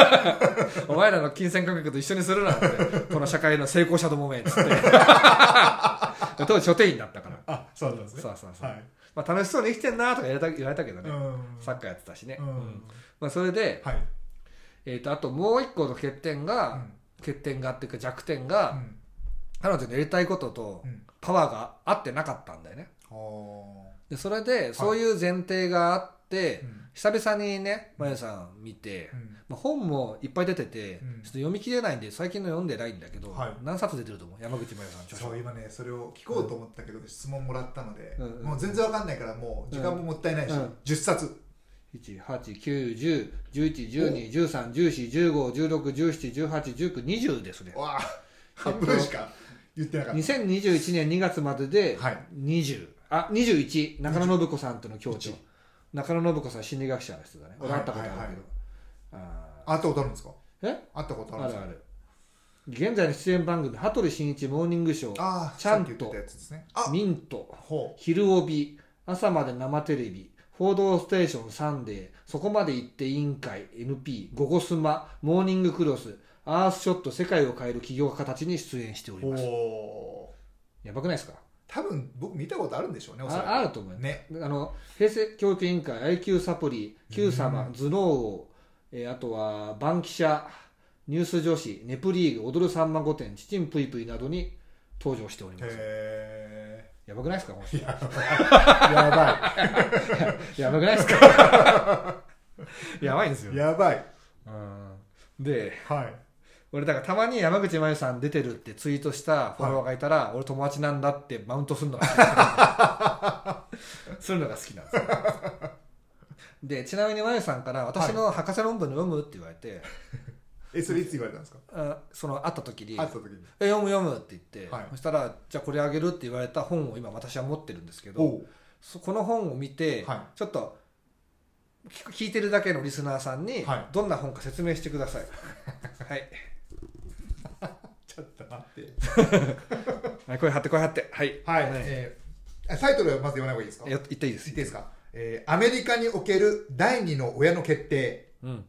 S2: 「お前らの金銭感覚と一緒にするな」ってこの社会の成功者どもめっつって 当時書店員だったから
S1: あそうなんですね
S2: そうそうそう、
S1: はい
S2: まあ、楽しそうに生きてんなとか言われた言われたけどね、
S1: うん
S2: サッカーやってたしね、
S1: う
S2: うん
S1: ん
S2: まあ、それで、
S1: はい
S2: えー、とあともう一個の欠点が、
S1: うん
S2: 欠点がっていうか弱点が、
S1: うん
S2: 彼女のやりたいことと、
S1: うん
S2: パワーが合ってなかったんだよね
S1: あ
S2: でそれでそういう前提があって、
S1: ーうん
S2: 久々にねまゆさん見て、
S1: うん
S2: まあ、本もいっぱい出て
S1: うん
S2: て、ちょっと読み切れないんで最近の読んでないんだけど、
S1: はい
S2: 何冊出てると思う山口まゆさんの著書
S1: そう今ねそれを聞こうと思ったけど質問もらったので
S2: うんうん
S1: もう全然わかんないからもう時間ももったいないし
S2: うん
S1: 10冊
S2: 1891011121314151617181920ですね
S1: わあ半分しか言ってなかった
S2: 2021年2月までで
S1: はい
S2: 20、あ21中野信子さんとの共著中野信子さん心理学者の人だね俺会ったことあるけど、
S1: はいはいはい
S2: あ
S1: 会ったことあるんですか
S2: ーえ
S1: 会ったことあるん
S2: あ
S1: です
S2: る
S1: か
S2: ある現在の出演番組「羽鳥慎一モーニングショー
S1: ああ
S2: ちゃんと
S1: さっき言ってたやつですね」あ
S2: ミント
S1: ほ
S2: 「昼帯」「朝まで生テレビ」「報道ステーションサンデー」「そこまで行って委員会」「NP」「ゴゴスマ」「モーニングクロス」「アースショット」「世界を変える起業家形」に出演してお
S1: う
S2: ります
S1: ほう
S2: やばくないですか
S1: 多分僕見たことあるんでしょうねおそらく
S2: ああると思います、
S1: ね
S2: あの平成教育委員会 IQ サプリ「Q 様
S1: う」
S2: 「頭脳王」えーあとは「バンキシャ」「ニュース女子」「ネプリーグ」「踊るさんま御殿」「ちちんぷいぷい」などに登場しております
S1: へ
S2: やばくないですかこの人
S1: えやばいや
S2: やばくないですか やばいんです
S1: ば
S2: よ
S1: い やばい
S2: うんで
S1: はい
S2: 俺だからたまに山口真由さん出てるってツイートしたフォロワーがいたら、俺友達なんだ ってマウントするのが好きするのが好きなんですよでちなみにまゆさんから私の博士論文読むって言われて、
S1: えそれいつ言われたんですか
S2: あその会った時に
S1: 会った時に
S2: え読む読むって言って、
S1: はい
S2: そしたらじゃあこれあげるって言われた本を今私は持ってるんですけ
S1: お
S2: ど
S1: う
S2: そこの本を見て、
S1: はい
S2: ちょっと聞く聞いてるだけのリスナーさんに、
S1: はい
S2: どんな本か説明してくださいはい
S1: ちょっと待って
S2: はい声張って声張ってはい
S1: はい、
S2: はい
S1: えーあタイトルはまず言わない方がいいですか
S2: えよ言っていいです
S1: いいですか、えーアメリカにおける第二の親の決定
S2: うん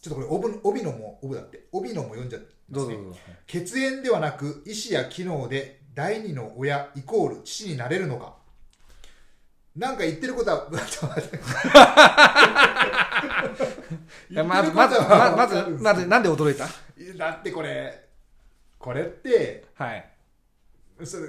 S1: ちょっとこれ帯帯のも帯だって帯のも読んじゃってま
S2: ど
S1: す
S2: うぞ
S1: ね
S2: どうぞ
S1: 血縁ではなく意思や機能で第二の親イコール父になれるのかなんか言ってることは ちょっと待って
S2: いやまずまずままずまずなんで驚いた
S1: だってこれこれって
S2: はい
S1: それ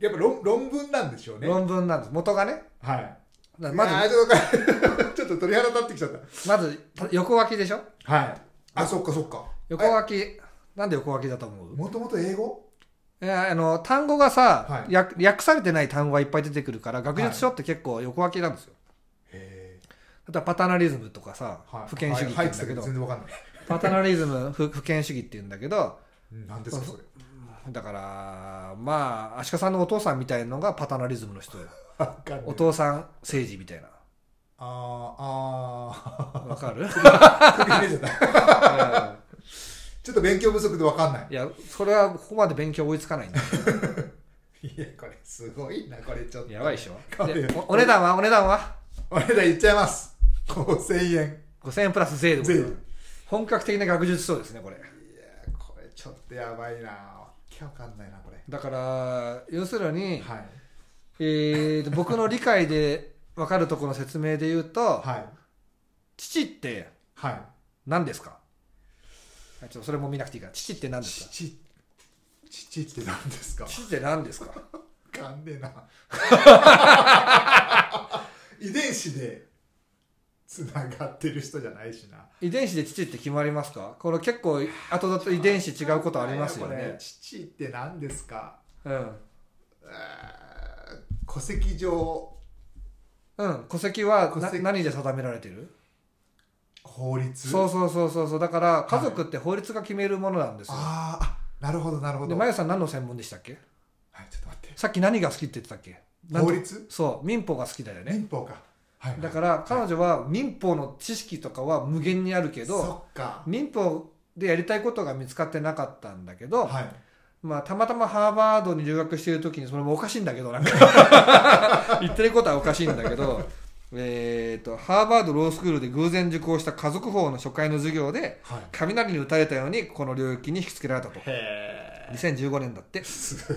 S1: やっぱ論論文なんでしょうね
S2: 論文なんです元がね
S1: はい
S2: ま
S1: まず
S2: ず
S1: ちょっと鳥肌立ってきちゃっ
S2: まず横書きでしょ
S1: たはいあそっかそっか
S2: 横書きなんで横書きだと思う
S1: もともと英語
S2: いやあの単語がさ、
S1: はい
S2: 訳訳されてない単語がいっぱい出てくるから学術書って結構横書きなんですよ、
S1: へえ
S2: あとはパタナリズムとかさ、
S1: はい
S2: 不権主義って
S1: はい入っ
S2: 言うんだけど、
S1: てたけど全然わかんない
S2: パタナリズム不不権主義って言うんだけど
S1: うんなんですかそれ
S2: だからまあ足利さんのお父さんみたいのがパタナリズムの人よ
S1: わかんない
S2: お父さん政治みたいな
S1: あ
S2: わかる
S1: ーあー 首入れちゃったちょっと勉強不足でわかんない
S2: いやそれはここまで勉強追いつかないんだよ
S1: いやこれすごいなこれちょっと
S2: やばいでしょ
S1: これ
S2: でおお値段はお値段は
S1: お値段言っちゃいます5000円
S2: 5000円プラス税でございます
S1: 税
S2: 本格的な学術書ですねこれ
S1: いやこれちょっとやばいなわけわかんないなこれ
S2: だから要するに、
S1: はい
S2: えーと僕の理解で分かるところの説明で言うと、
S1: はい
S2: 父って
S1: はい
S2: 何ですかあちょっとそれも見なくていいから父って何ですか
S1: 父父って何ですか
S2: 父って何ですか
S1: わかんね えな遺伝子でつながってる人じゃないしな
S2: 遺伝子で父って決まりますかこれ結構後々遺伝子違うことありますよ
S1: これ
S2: ね
S1: 父って何ですか
S2: うん、
S1: うー戸籍上
S2: うん、戸籍はな
S1: 戸籍
S2: 何で定められてる
S1: 法律
S2: そうそうそうそうそうだから家族って法律が決めるものなんですよ、
S1: あーあなるほどなるほ
S2: で
S1: ど
S2: まゆさん何の専門でしたっけ
S1: はいちょっと待って
S2: さっき何が好きって言ってたっけなん
S1: 法
S2: と
S1: 律
S2: そう民法が好きだよね
S1: 民法かはいはい
S2: だから彼女は民法の知識とかは無限にあるけど
S1: そっか
S2: 民法でやりたいことが見つかってなかったんだけど、
S1: はい
S2: まあ、たまたまハーバードに留学している時にそれもおかしいんだけ どなんか言ってることはおかしいんだけどえーとハーバードロースクールで偶然受講した家族法の初回の授業で
S1: はい
S2: 雷に打たれたようにこの領域に引きつけられたと
S1: へえ
S2: 2015年だって
S1: すっ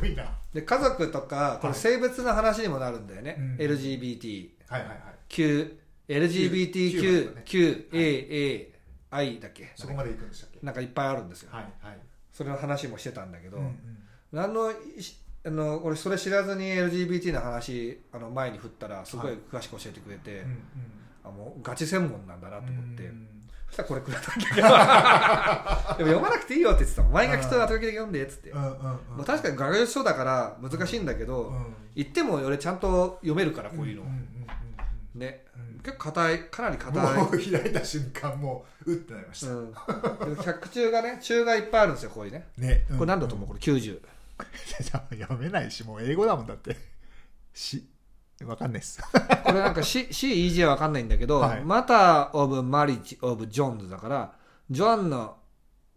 S1: ごいな
S2: で家族とかこれ性別の話にもなるんだよね、
S1: うん
S2: LGBT
S1: はいはいはい
S2: Q、
S1: Q だ
S2: LGBTQ、
S1: ね
S2: Q、A、A、I だっけ
S1: そこまで行くんでしたっけ
S2: なんかいっぱいあるんですよ。
S1: はいはい
S2: それの話もしてたんだけど、
S1: うんうん
S2: 何のいし、あの、俺それ知らずに LGBT の話、あの、前に振ったら、すごい
S1: はい
S2: 詳しく教えてくれて、
S1: うん
S2: あ、もうガチ専門なんだな
S1: う
S2: と思っ
S1: ん
S2: て、
S1: うん
S2: そしたらこれくれたんだけど、 でも読まなくていいよって言ってたもん。前が来たら時々読んで、っつって。
S1: うんうんうん
S2: まあ、確かに学術書だから難しいんだけど、
S1: うん
S2: 言っても俺ちゃんと読めるから、こういうの。
S1: うんうんうん
S2: ね。
S1: うん
S2: 結構硬い、かなり硬い。
S1: もう開いた瞬間もううってなりまし
S2: う
S1: た
S2: ん、でも百中がね中がいっぱいあるんですよこういうね
S1: ね
S2: これなんだと思う、
S1: こ
S2: これ90
S1: れ読め ないしもう英語だもんだってしわかんないっす
S2: これなんか CEG は分かんないんだけど、
S1: はい
S2: マター・オブ・マリッジ・オブ・ジョンズだからジョンの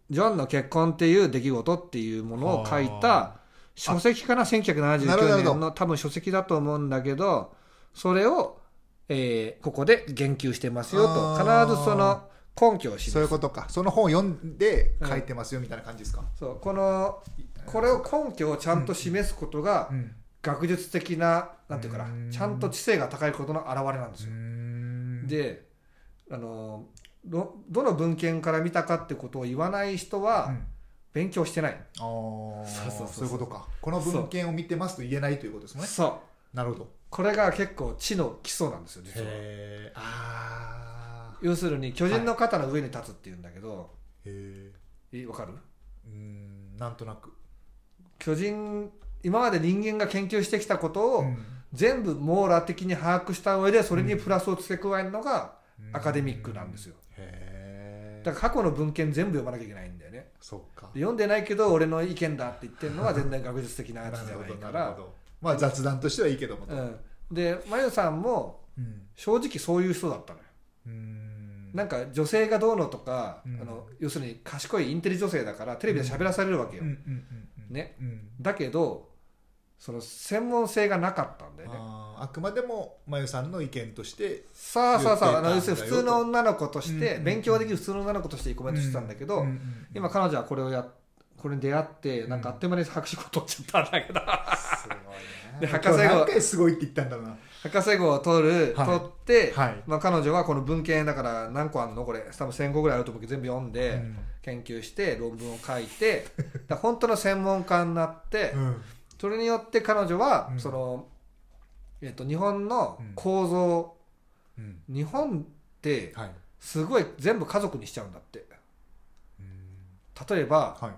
S2: ジョンの結婚っていう出来事っていうものを書いた
S1: は
S2: 書籍かな
S1: なるほどなる
S2: 1979
S1: ほど
S2: 年の多分書籍だと思うんだけどそれを、えーここで言及してますよと
S1: あ
S2: 必
S1: ー
S2: ずその根拠を示す
S1: そういうことかその本を読んで書いてますよみたいな感じですか、
S2: そうこのこれを根拠をちゃんと示すことが、
S1: うん
S2: 学術的ななんていうかな
S1: うん
S2: ちゃんと知性が高いことの表れなんですよ、であのどどの文献から見たかってことを言わない人
S1: う
S2: は
S1: ん
S2: 勉強してない、
S1: あー
S2: そうそうそうそう
S1: そういうことかこの文献を見てますと言えないということですもんね
S2: そう
S1: なるほど
S2: これが結構知の基礎なんですよ実は
S1: へえあ
S2: 要するに巨人の肩の上に立つっていうんだけど、
S1: ーへえ
S2: えわかる
S1: うんなんとなく
S2: 巨人今まで人間が研究してきたことを、
S1: うん
S2: 全部網羅的に把握した上でそれにプラスを付け加えるのがアカデミックなんですよ
S3: へ
S2: だ
S3: え
S2: から過去の文献全部読まなきゃいけないんだよね
S3: そっか
S2: で読んでないけど俺の意見だって言ってるのは全然学術的な
S3: な
S2: や
S3: る
S2: つじゃ
S3: ほ
S2: ない
S3: ど
S2: か
S3: な
S2: ら
S3: るほどまあ雑談としてはいいけどもと
S2: うん、でまゆさんも
S1: うん
S2: 正直そういう人だったのよ
S1: うん
S2: なんか女性がどうのとか、
S1: うん
S2: あの要するに賢いインテリ女性だからテレビで喋らされるわけよ、
S1: うんうんうん
S2: ね
S1: うん
S2: だけどその専門性がなかったんだよね
S3: あーあくまでもまゆさんの意見として
S2: さあさあさああ
S3: 言
S2: の要
S3: って
S2: す
S3: た
S2: る
S3: んだよと
S2: に普通の女の子とし
S1: うん
S2: て
S1: うん
S2: 勉強できる普通の女の子としてコメントしてたんだけど、
S1: うんうんうん
S2: 今彼女はこれをやこれに出会ってなんかあっという間に博士号取っちゃったんだけど
S3: すごい
S2: で
S3: ね
S2: 博士号
S3: 何回すごいって言ったんだろうな
S2: 博士号を取る、
S3: はい
S2: 取って、
S3: はい
S2: まあ、彼女はこの文献だから何個あるのこれ多分1000個ぐらいあると思うけど全部読んで、
S3: うん
S2: 研究して論文を書い てだから本当の専門家になって、
S3: うん
S2: それによって彼女は、
S3: うん
S2: その、えっと日本の構造、
S3: うん
S2: 日本って
S3: はい
S2: すごい全部家族にしちゃうんだって
S3: うん
S2: 例えば
S3: はい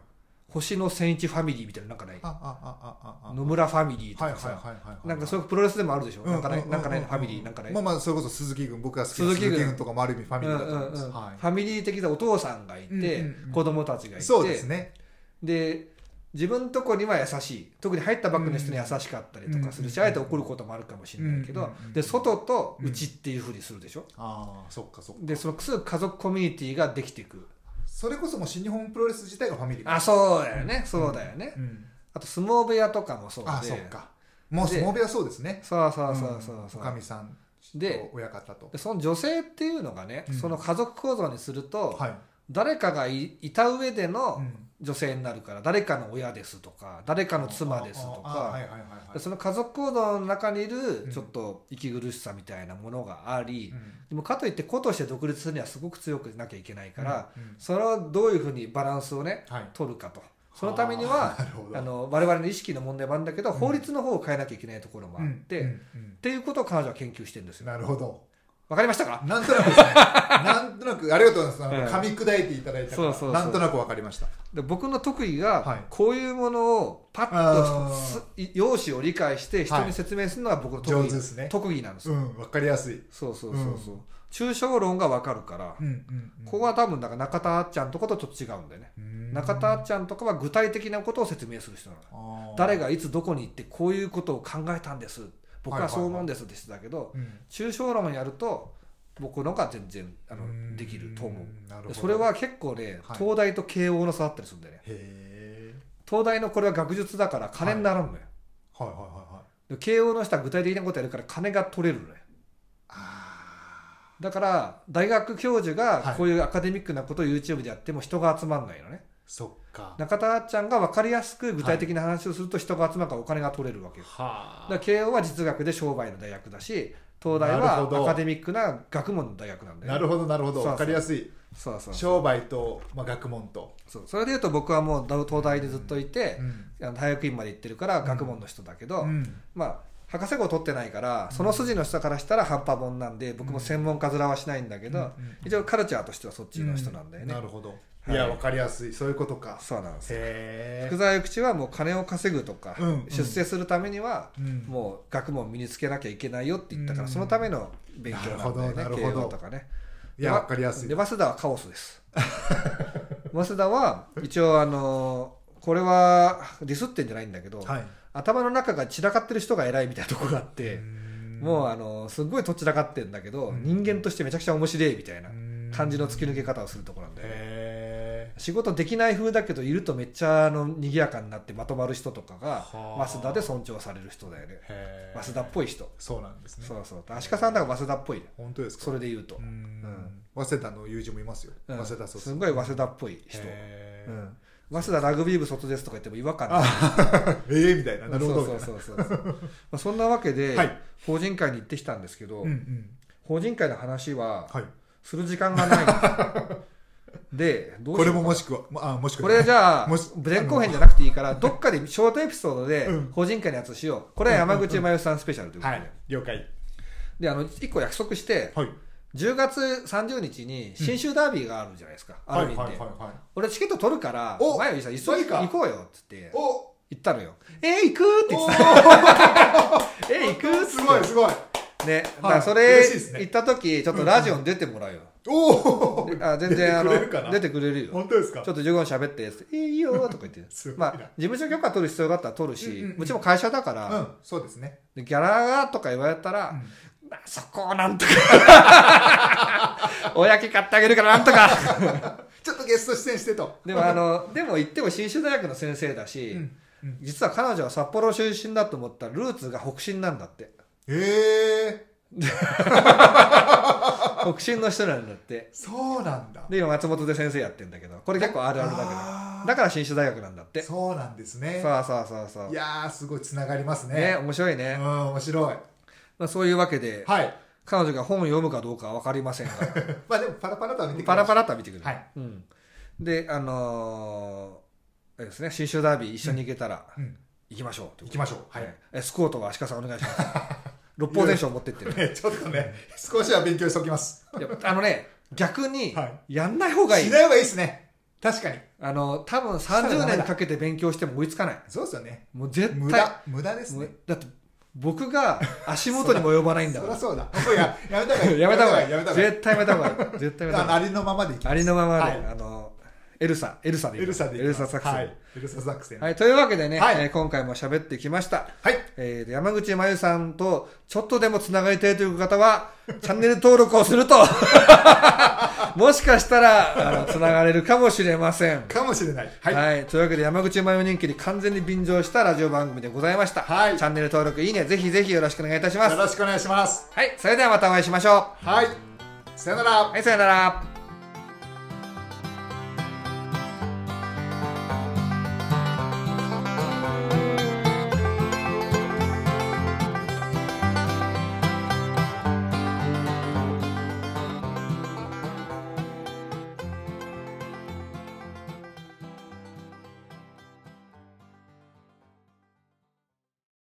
S2: 星野千一ファミリーみたいななんかない
S3: ああああああ
S2: 野村ファミリーと
S3: はい
S2: か
S3: はい
S2: さ、
S3: はいはいはい
S2: なんかそういうプロレスでもあるでしょ、
S3: うん
S2: なんかない
S3: うん
S2: なんかない
S3: うん
S2: ファミリーなんかない、
S3: まあまあそれこそ鈴木軍僕が好きな
S2: 鈴
S3: 鈴
S2: 木
S3: 木
S2: 軍
S3: 軍とかもある意味ファミリーだと思います、
S2: うんうんうん
S3: は
S2: ファミリー的なお父さんがいて、
S3: うんうんうん
S2: 子供たちがいて
S3: い、そうですね
S2: で自分とこには優しい特に入ったばっかりの人に優しかったりとかするし、
S3: うん
S2: あえて怒ることもあるかもしれないけど、
S3: うんうんうん
S2: で外と内っていうふうにするでしょ、
S3: ああそっかそっか
S2: でそのすぐ家族コミュニティができていく
S1: それこそもう新日本プロレス自体がファミリー
S2: あそうだよね、そうだよね、
S1: うん
S2: あと相撲部屋とかもそうで
S1: あそっかもう
S2: で
S1: 相撲部屋そうですね
S2: そうそうそうそう
S1: うん
S2: そう、
S1: おかみさん
S2: で
S1: と親方と
S2: でその女性っていうのがね、
S1: うん
S2: その家族構造にすると、
S1: はい
S2: 誰かがいいた上で
S1: う
S2: の
S1: ん
S2: 女性になるから誰かの親ですとか誰かの妻ですと
S1: あああ
S2: か
S1: はいはいはいは
S2: で
S1: い
S2: その家族行動の中にいる
S1: ん
S2: ちょっと息苦しさみたいなものがあり、
S1: うん
S2: でもかといって子として独立するにはすごく強くなきゃいけないから、
S1: うん
S2: それをどういうふうにバランスをね
S1: はい
S2: 取るかとそのためには
S1: あーなるほど
S2: あの我々の意識の問題もあるんだけど、
S1: ん
S2: 法律の方を変えなきゃいけないところもあって、
S1: うん
S2: っ
S1: うん
S2: ていうことを彼女は研究してるんです
S1: うん
S2: よ
S1: なるほど
S2: わかりましたか
S1: なんとなくですねなんとなくありがとうございますあの噛み砕いていただいたか
S2: そうそうそう
S1: らなんとなくわかりました
S2: で僕の特技
S1: は
S2: が
S1: い
S2: こういうものをパッ
S1: あ
S2: と
S1: ー
S2: す、用紙を理解して人に説明するのが僕の特技,、
S1: 上手ですね
S2: 特技なんですよ
S1: うんわかりやすい
S2: そうそうそうそう、抽象論がわかるから、
S1: うんうんうん
S2: ここは多分なんか中田あっちゃんとことちょっと違うんだよね、
S1: うん
S2: 中田あっちゃんとかは具体的なことを説明する人なの、
S1: あー
S2: 誰がいつどこに行ってこういうことを考えたんです僕はそう思うんですって人だけど、
S1: うん
S2: 抽象論やると僕のが全然あ
S1: う
S2: の
S1: ん
S2: できると思う
S1: なるほ
S2: で
S1: ど
S2: それは結構ね、
S1: はい
S2: 東大と慶応の差だったりするんだよね
S1: へえ
S2: 東大のこれは学術だから金にならんのよ、
S1: はいはいはいはい
S2: で慶応の人は具体的なことやるから金が取れるのよ
S1: あ
S2: だから大学教授
S1: は
S2: が
S1: い
S2: こういうアカデミックなことを YouTube でやっても人が集まんないのね、
S1: ーそっか
S2: 中田あっちゃんが分かりやすく具体的な話をすると人が集まるからお金が取れるわけよ、
S1: は
S2: だから慶応は実学で商売の大学だし東大
S1: な
S2: は
S1: るほど
S2: アカデミックな学問の大学なんだよ
S1: なるほどなるほ
S2: そう
S1: ど
S2: そう
S1: わかりやすい
S2: そうそう
S1: 商売と、まあ、学問と、
S2: そうそれでいうと僕はもう東大でずっといて
S1: う、ん
S2: あの大学院まで行ってるから学問の人だけど、
S1: うん
S2: まあ博士号取ってないからその筋の人からしたら半端本なんで僕も専門家面はしないんだけど、
S1: うんうん
S2: 一応カルチャーとしてはそっちの人なんだよね、
S1: なるほど、
S2: はい
S1: い、やわかりやすいそういうことか
S2: そうなんですよ
S1: へ
S2: 福
S1: え
S2: 沢諭吉はもう金を稼ぐとか、
S1: うんうん
S2: 出世するためには、
S1: うん
S2: もう学問を身につけなきゃいけないよって言ったから、
S1: うん
S2: そのための勉強なんだよね
S1: なるほどなる
S2: 慶
S1: ほど
S2: 応とかね
S1: いや
S2: で
S1: わかりやすい
S2: で早稲田はカオスです 早稲田は一応あのこれはディスってんじゃないんだけど、
S1: はい
S2: 頭の中が散らかってる人が偉いみたいなとこがあって、もうあのすごいとっちらかってんだけど、
S1: うん
S2: 人間としてめちゃくちゃ面白いみたいな感じの突き抜
S1: け
S2: け方をするところなんだよね
S1: へえ
S2: 仕事できない風だけどいるとめっちゃあの賑やかになってまとまる人とかが
S1: はあ
S2: 早稲田で尊重される人だよね
S1: へえ
S2: 早稲田っぽい人
S1: そうなんですね
S2: そうそう足利さんだから早稲田っぽいね
S1: 本当ですか
S2: それで言うと
S1: う、
S2: うん
S1: ん早稲田の友人もいますよ、
S2: うん
S1: 早稲田卒
S2: すごい早稲田っぽい人、
S1: へ
S2: う
S1: え、
S2: ん、早稲田ラグビー部卒ですとか言っても違和感ない
S1: ええみたいななるほど
S2: そうそうそうそう まあそんなわけで、
S1: はい
S2: 法人会に行ってきたんですけど、
S1: うんうん
S2: 法人会の話は
S1: はい
S2: する時間 がないんですよでどう
S1: こ
S2: しようかな
S1: れももしくはまあもしく
S2: こ
S1: は
S2: れじゃあ
S1: もし
S2: 前後編じゃなくていいからどっかでショートエピソードで
S1: うん
S2: 法人会のやつしようこれは山口真由さんスペシャルということ
S1: は
S2: で、
S1: い了解
S2: であの1個約束して
S1: はい
S2: 10月30日に信州ダービーがあるじゃないですか、ある日って、
S1: はいはいはいはい
S2: 俺チケット取るから
S1: お
S2: 真由さん急
S1: マ
S2: い
S1: ジか
S2: 行こうよっつって
S1: お
S2: 行ったのよ「えー、行く!」って言って た「えー、行く!」っつ
S1: すごい
S2: っ
S1: すごい
S2: てねだからそれ
S1: 嬉しいですね
S2: 行った時ちょっとラジオに出てもらうよ
S1: おお
S2: あ全然あの
S1: 出てくれるかな
S2: 出てくれる よ
S1: 本当ですか
S2: ちょっと15分喋って、えいいよとか言って
S1: すごい
S2: ま
S1: な
S2: あ、事務所許可取る必要があったら取るし、
S1: うんうんうん
S2: もちろん会社だか
S1: う
S2: ら、
S1: んそうですね
S2: でギャラがとか言われたら、まあ、そこをなんとか、 おやき買ってあげるからなんとか。
S1: ちょっとゲスト出演してと
S2: でも、あの、でも言っても信州大学の先生だし、
S1: うんうん
S2: 実は彼女は札幌出身だと思ったらルーツが北進なんだって。
S1: へえ
S2: 北進の人なんだって。
S1: そうなんだ
S2: で、今松本で先生やってんだけど、これ結構あるあるだけ
S1: あ
S2: ど。
S1: ー
S2: だから信州大学なんだって。そ
S1: そう
S2: う
S1: なんですね
S2: そうそうそう。
S1: いやーすごいつながりますね
S2: ね、面白い
S1: うん
S2: ね。
S1: 面白い
S2: まあ、そういうわけで、
S1: はい
S2: 彼女が本を読むかどうかは分かりませんが
S1: まあでもパラパラとは見て
S2: パラパ
S1: ラ
S2: ラっとは見てくれる、
S1: はい
S2: うん、であのーあれですね新州ダービー一緒に行けたら
S1: うん
S2: 行きましょうと
S1: 行
S2: いう
S1: き
S2: こ
S1: ましょう
S2: と
S1: はい
S2: で、えスコートは足利さんお願い します六方全書を持ってってる
S1: ね ちょっとね少しは勉強しておきます
S2: いやあのね逆に
S1: はい
S2: やんない方がいい、
S1: しない方がいいですね確かに
S2: あの多分
S1: したら
S2: 30
S1: ダメだ
S2: 年かけて勉強しても追いつかない
S1: そうですよね
S2: もう絶対
S1: 無駄無駄です
S2: も
S1: ね
S2: うだって僕が足元にも及ばないん だ
S1: そ
S2: か
S1: りゃ
S2: ら
S1: そうだいややめた方がいい
S2: やめた
S1: やめた方が
S2: 方がいい
S1: いい
S2: 絶対やめた方がいい絶対やめ
S1: あ
S2: た方がいい
S1: のありのままでいき
S2: ありのままで、
S1: はい
S2: あの、エルサ、エルサで
S1: エルサでいき
S2: エル
S1: ます
S2: サ作戦。は
S1: はいい、エルサ作戦
S2: というわけでね、
S1: はい
S2: えー今回も喋ってきました。
S1: はい
S2: えーで山口真由さんとちょっとでもつながりたいという方は、チャンネル登録をすると、 もしかしたら、あの、つながれるかもしれません。
S1: かもしれないは
S2: はいい、というわけで山口真由人気に完全に便乗したラジオ番組でございました。
S1: はい
S2: チャンネル登録、いいね、ぜひぜひよろしくお願いいたします。
S1: よろしくお願いします
S2: はい、それではまたお会いしましょ
S1: はいさよなら
S2: う。はい、さよなら。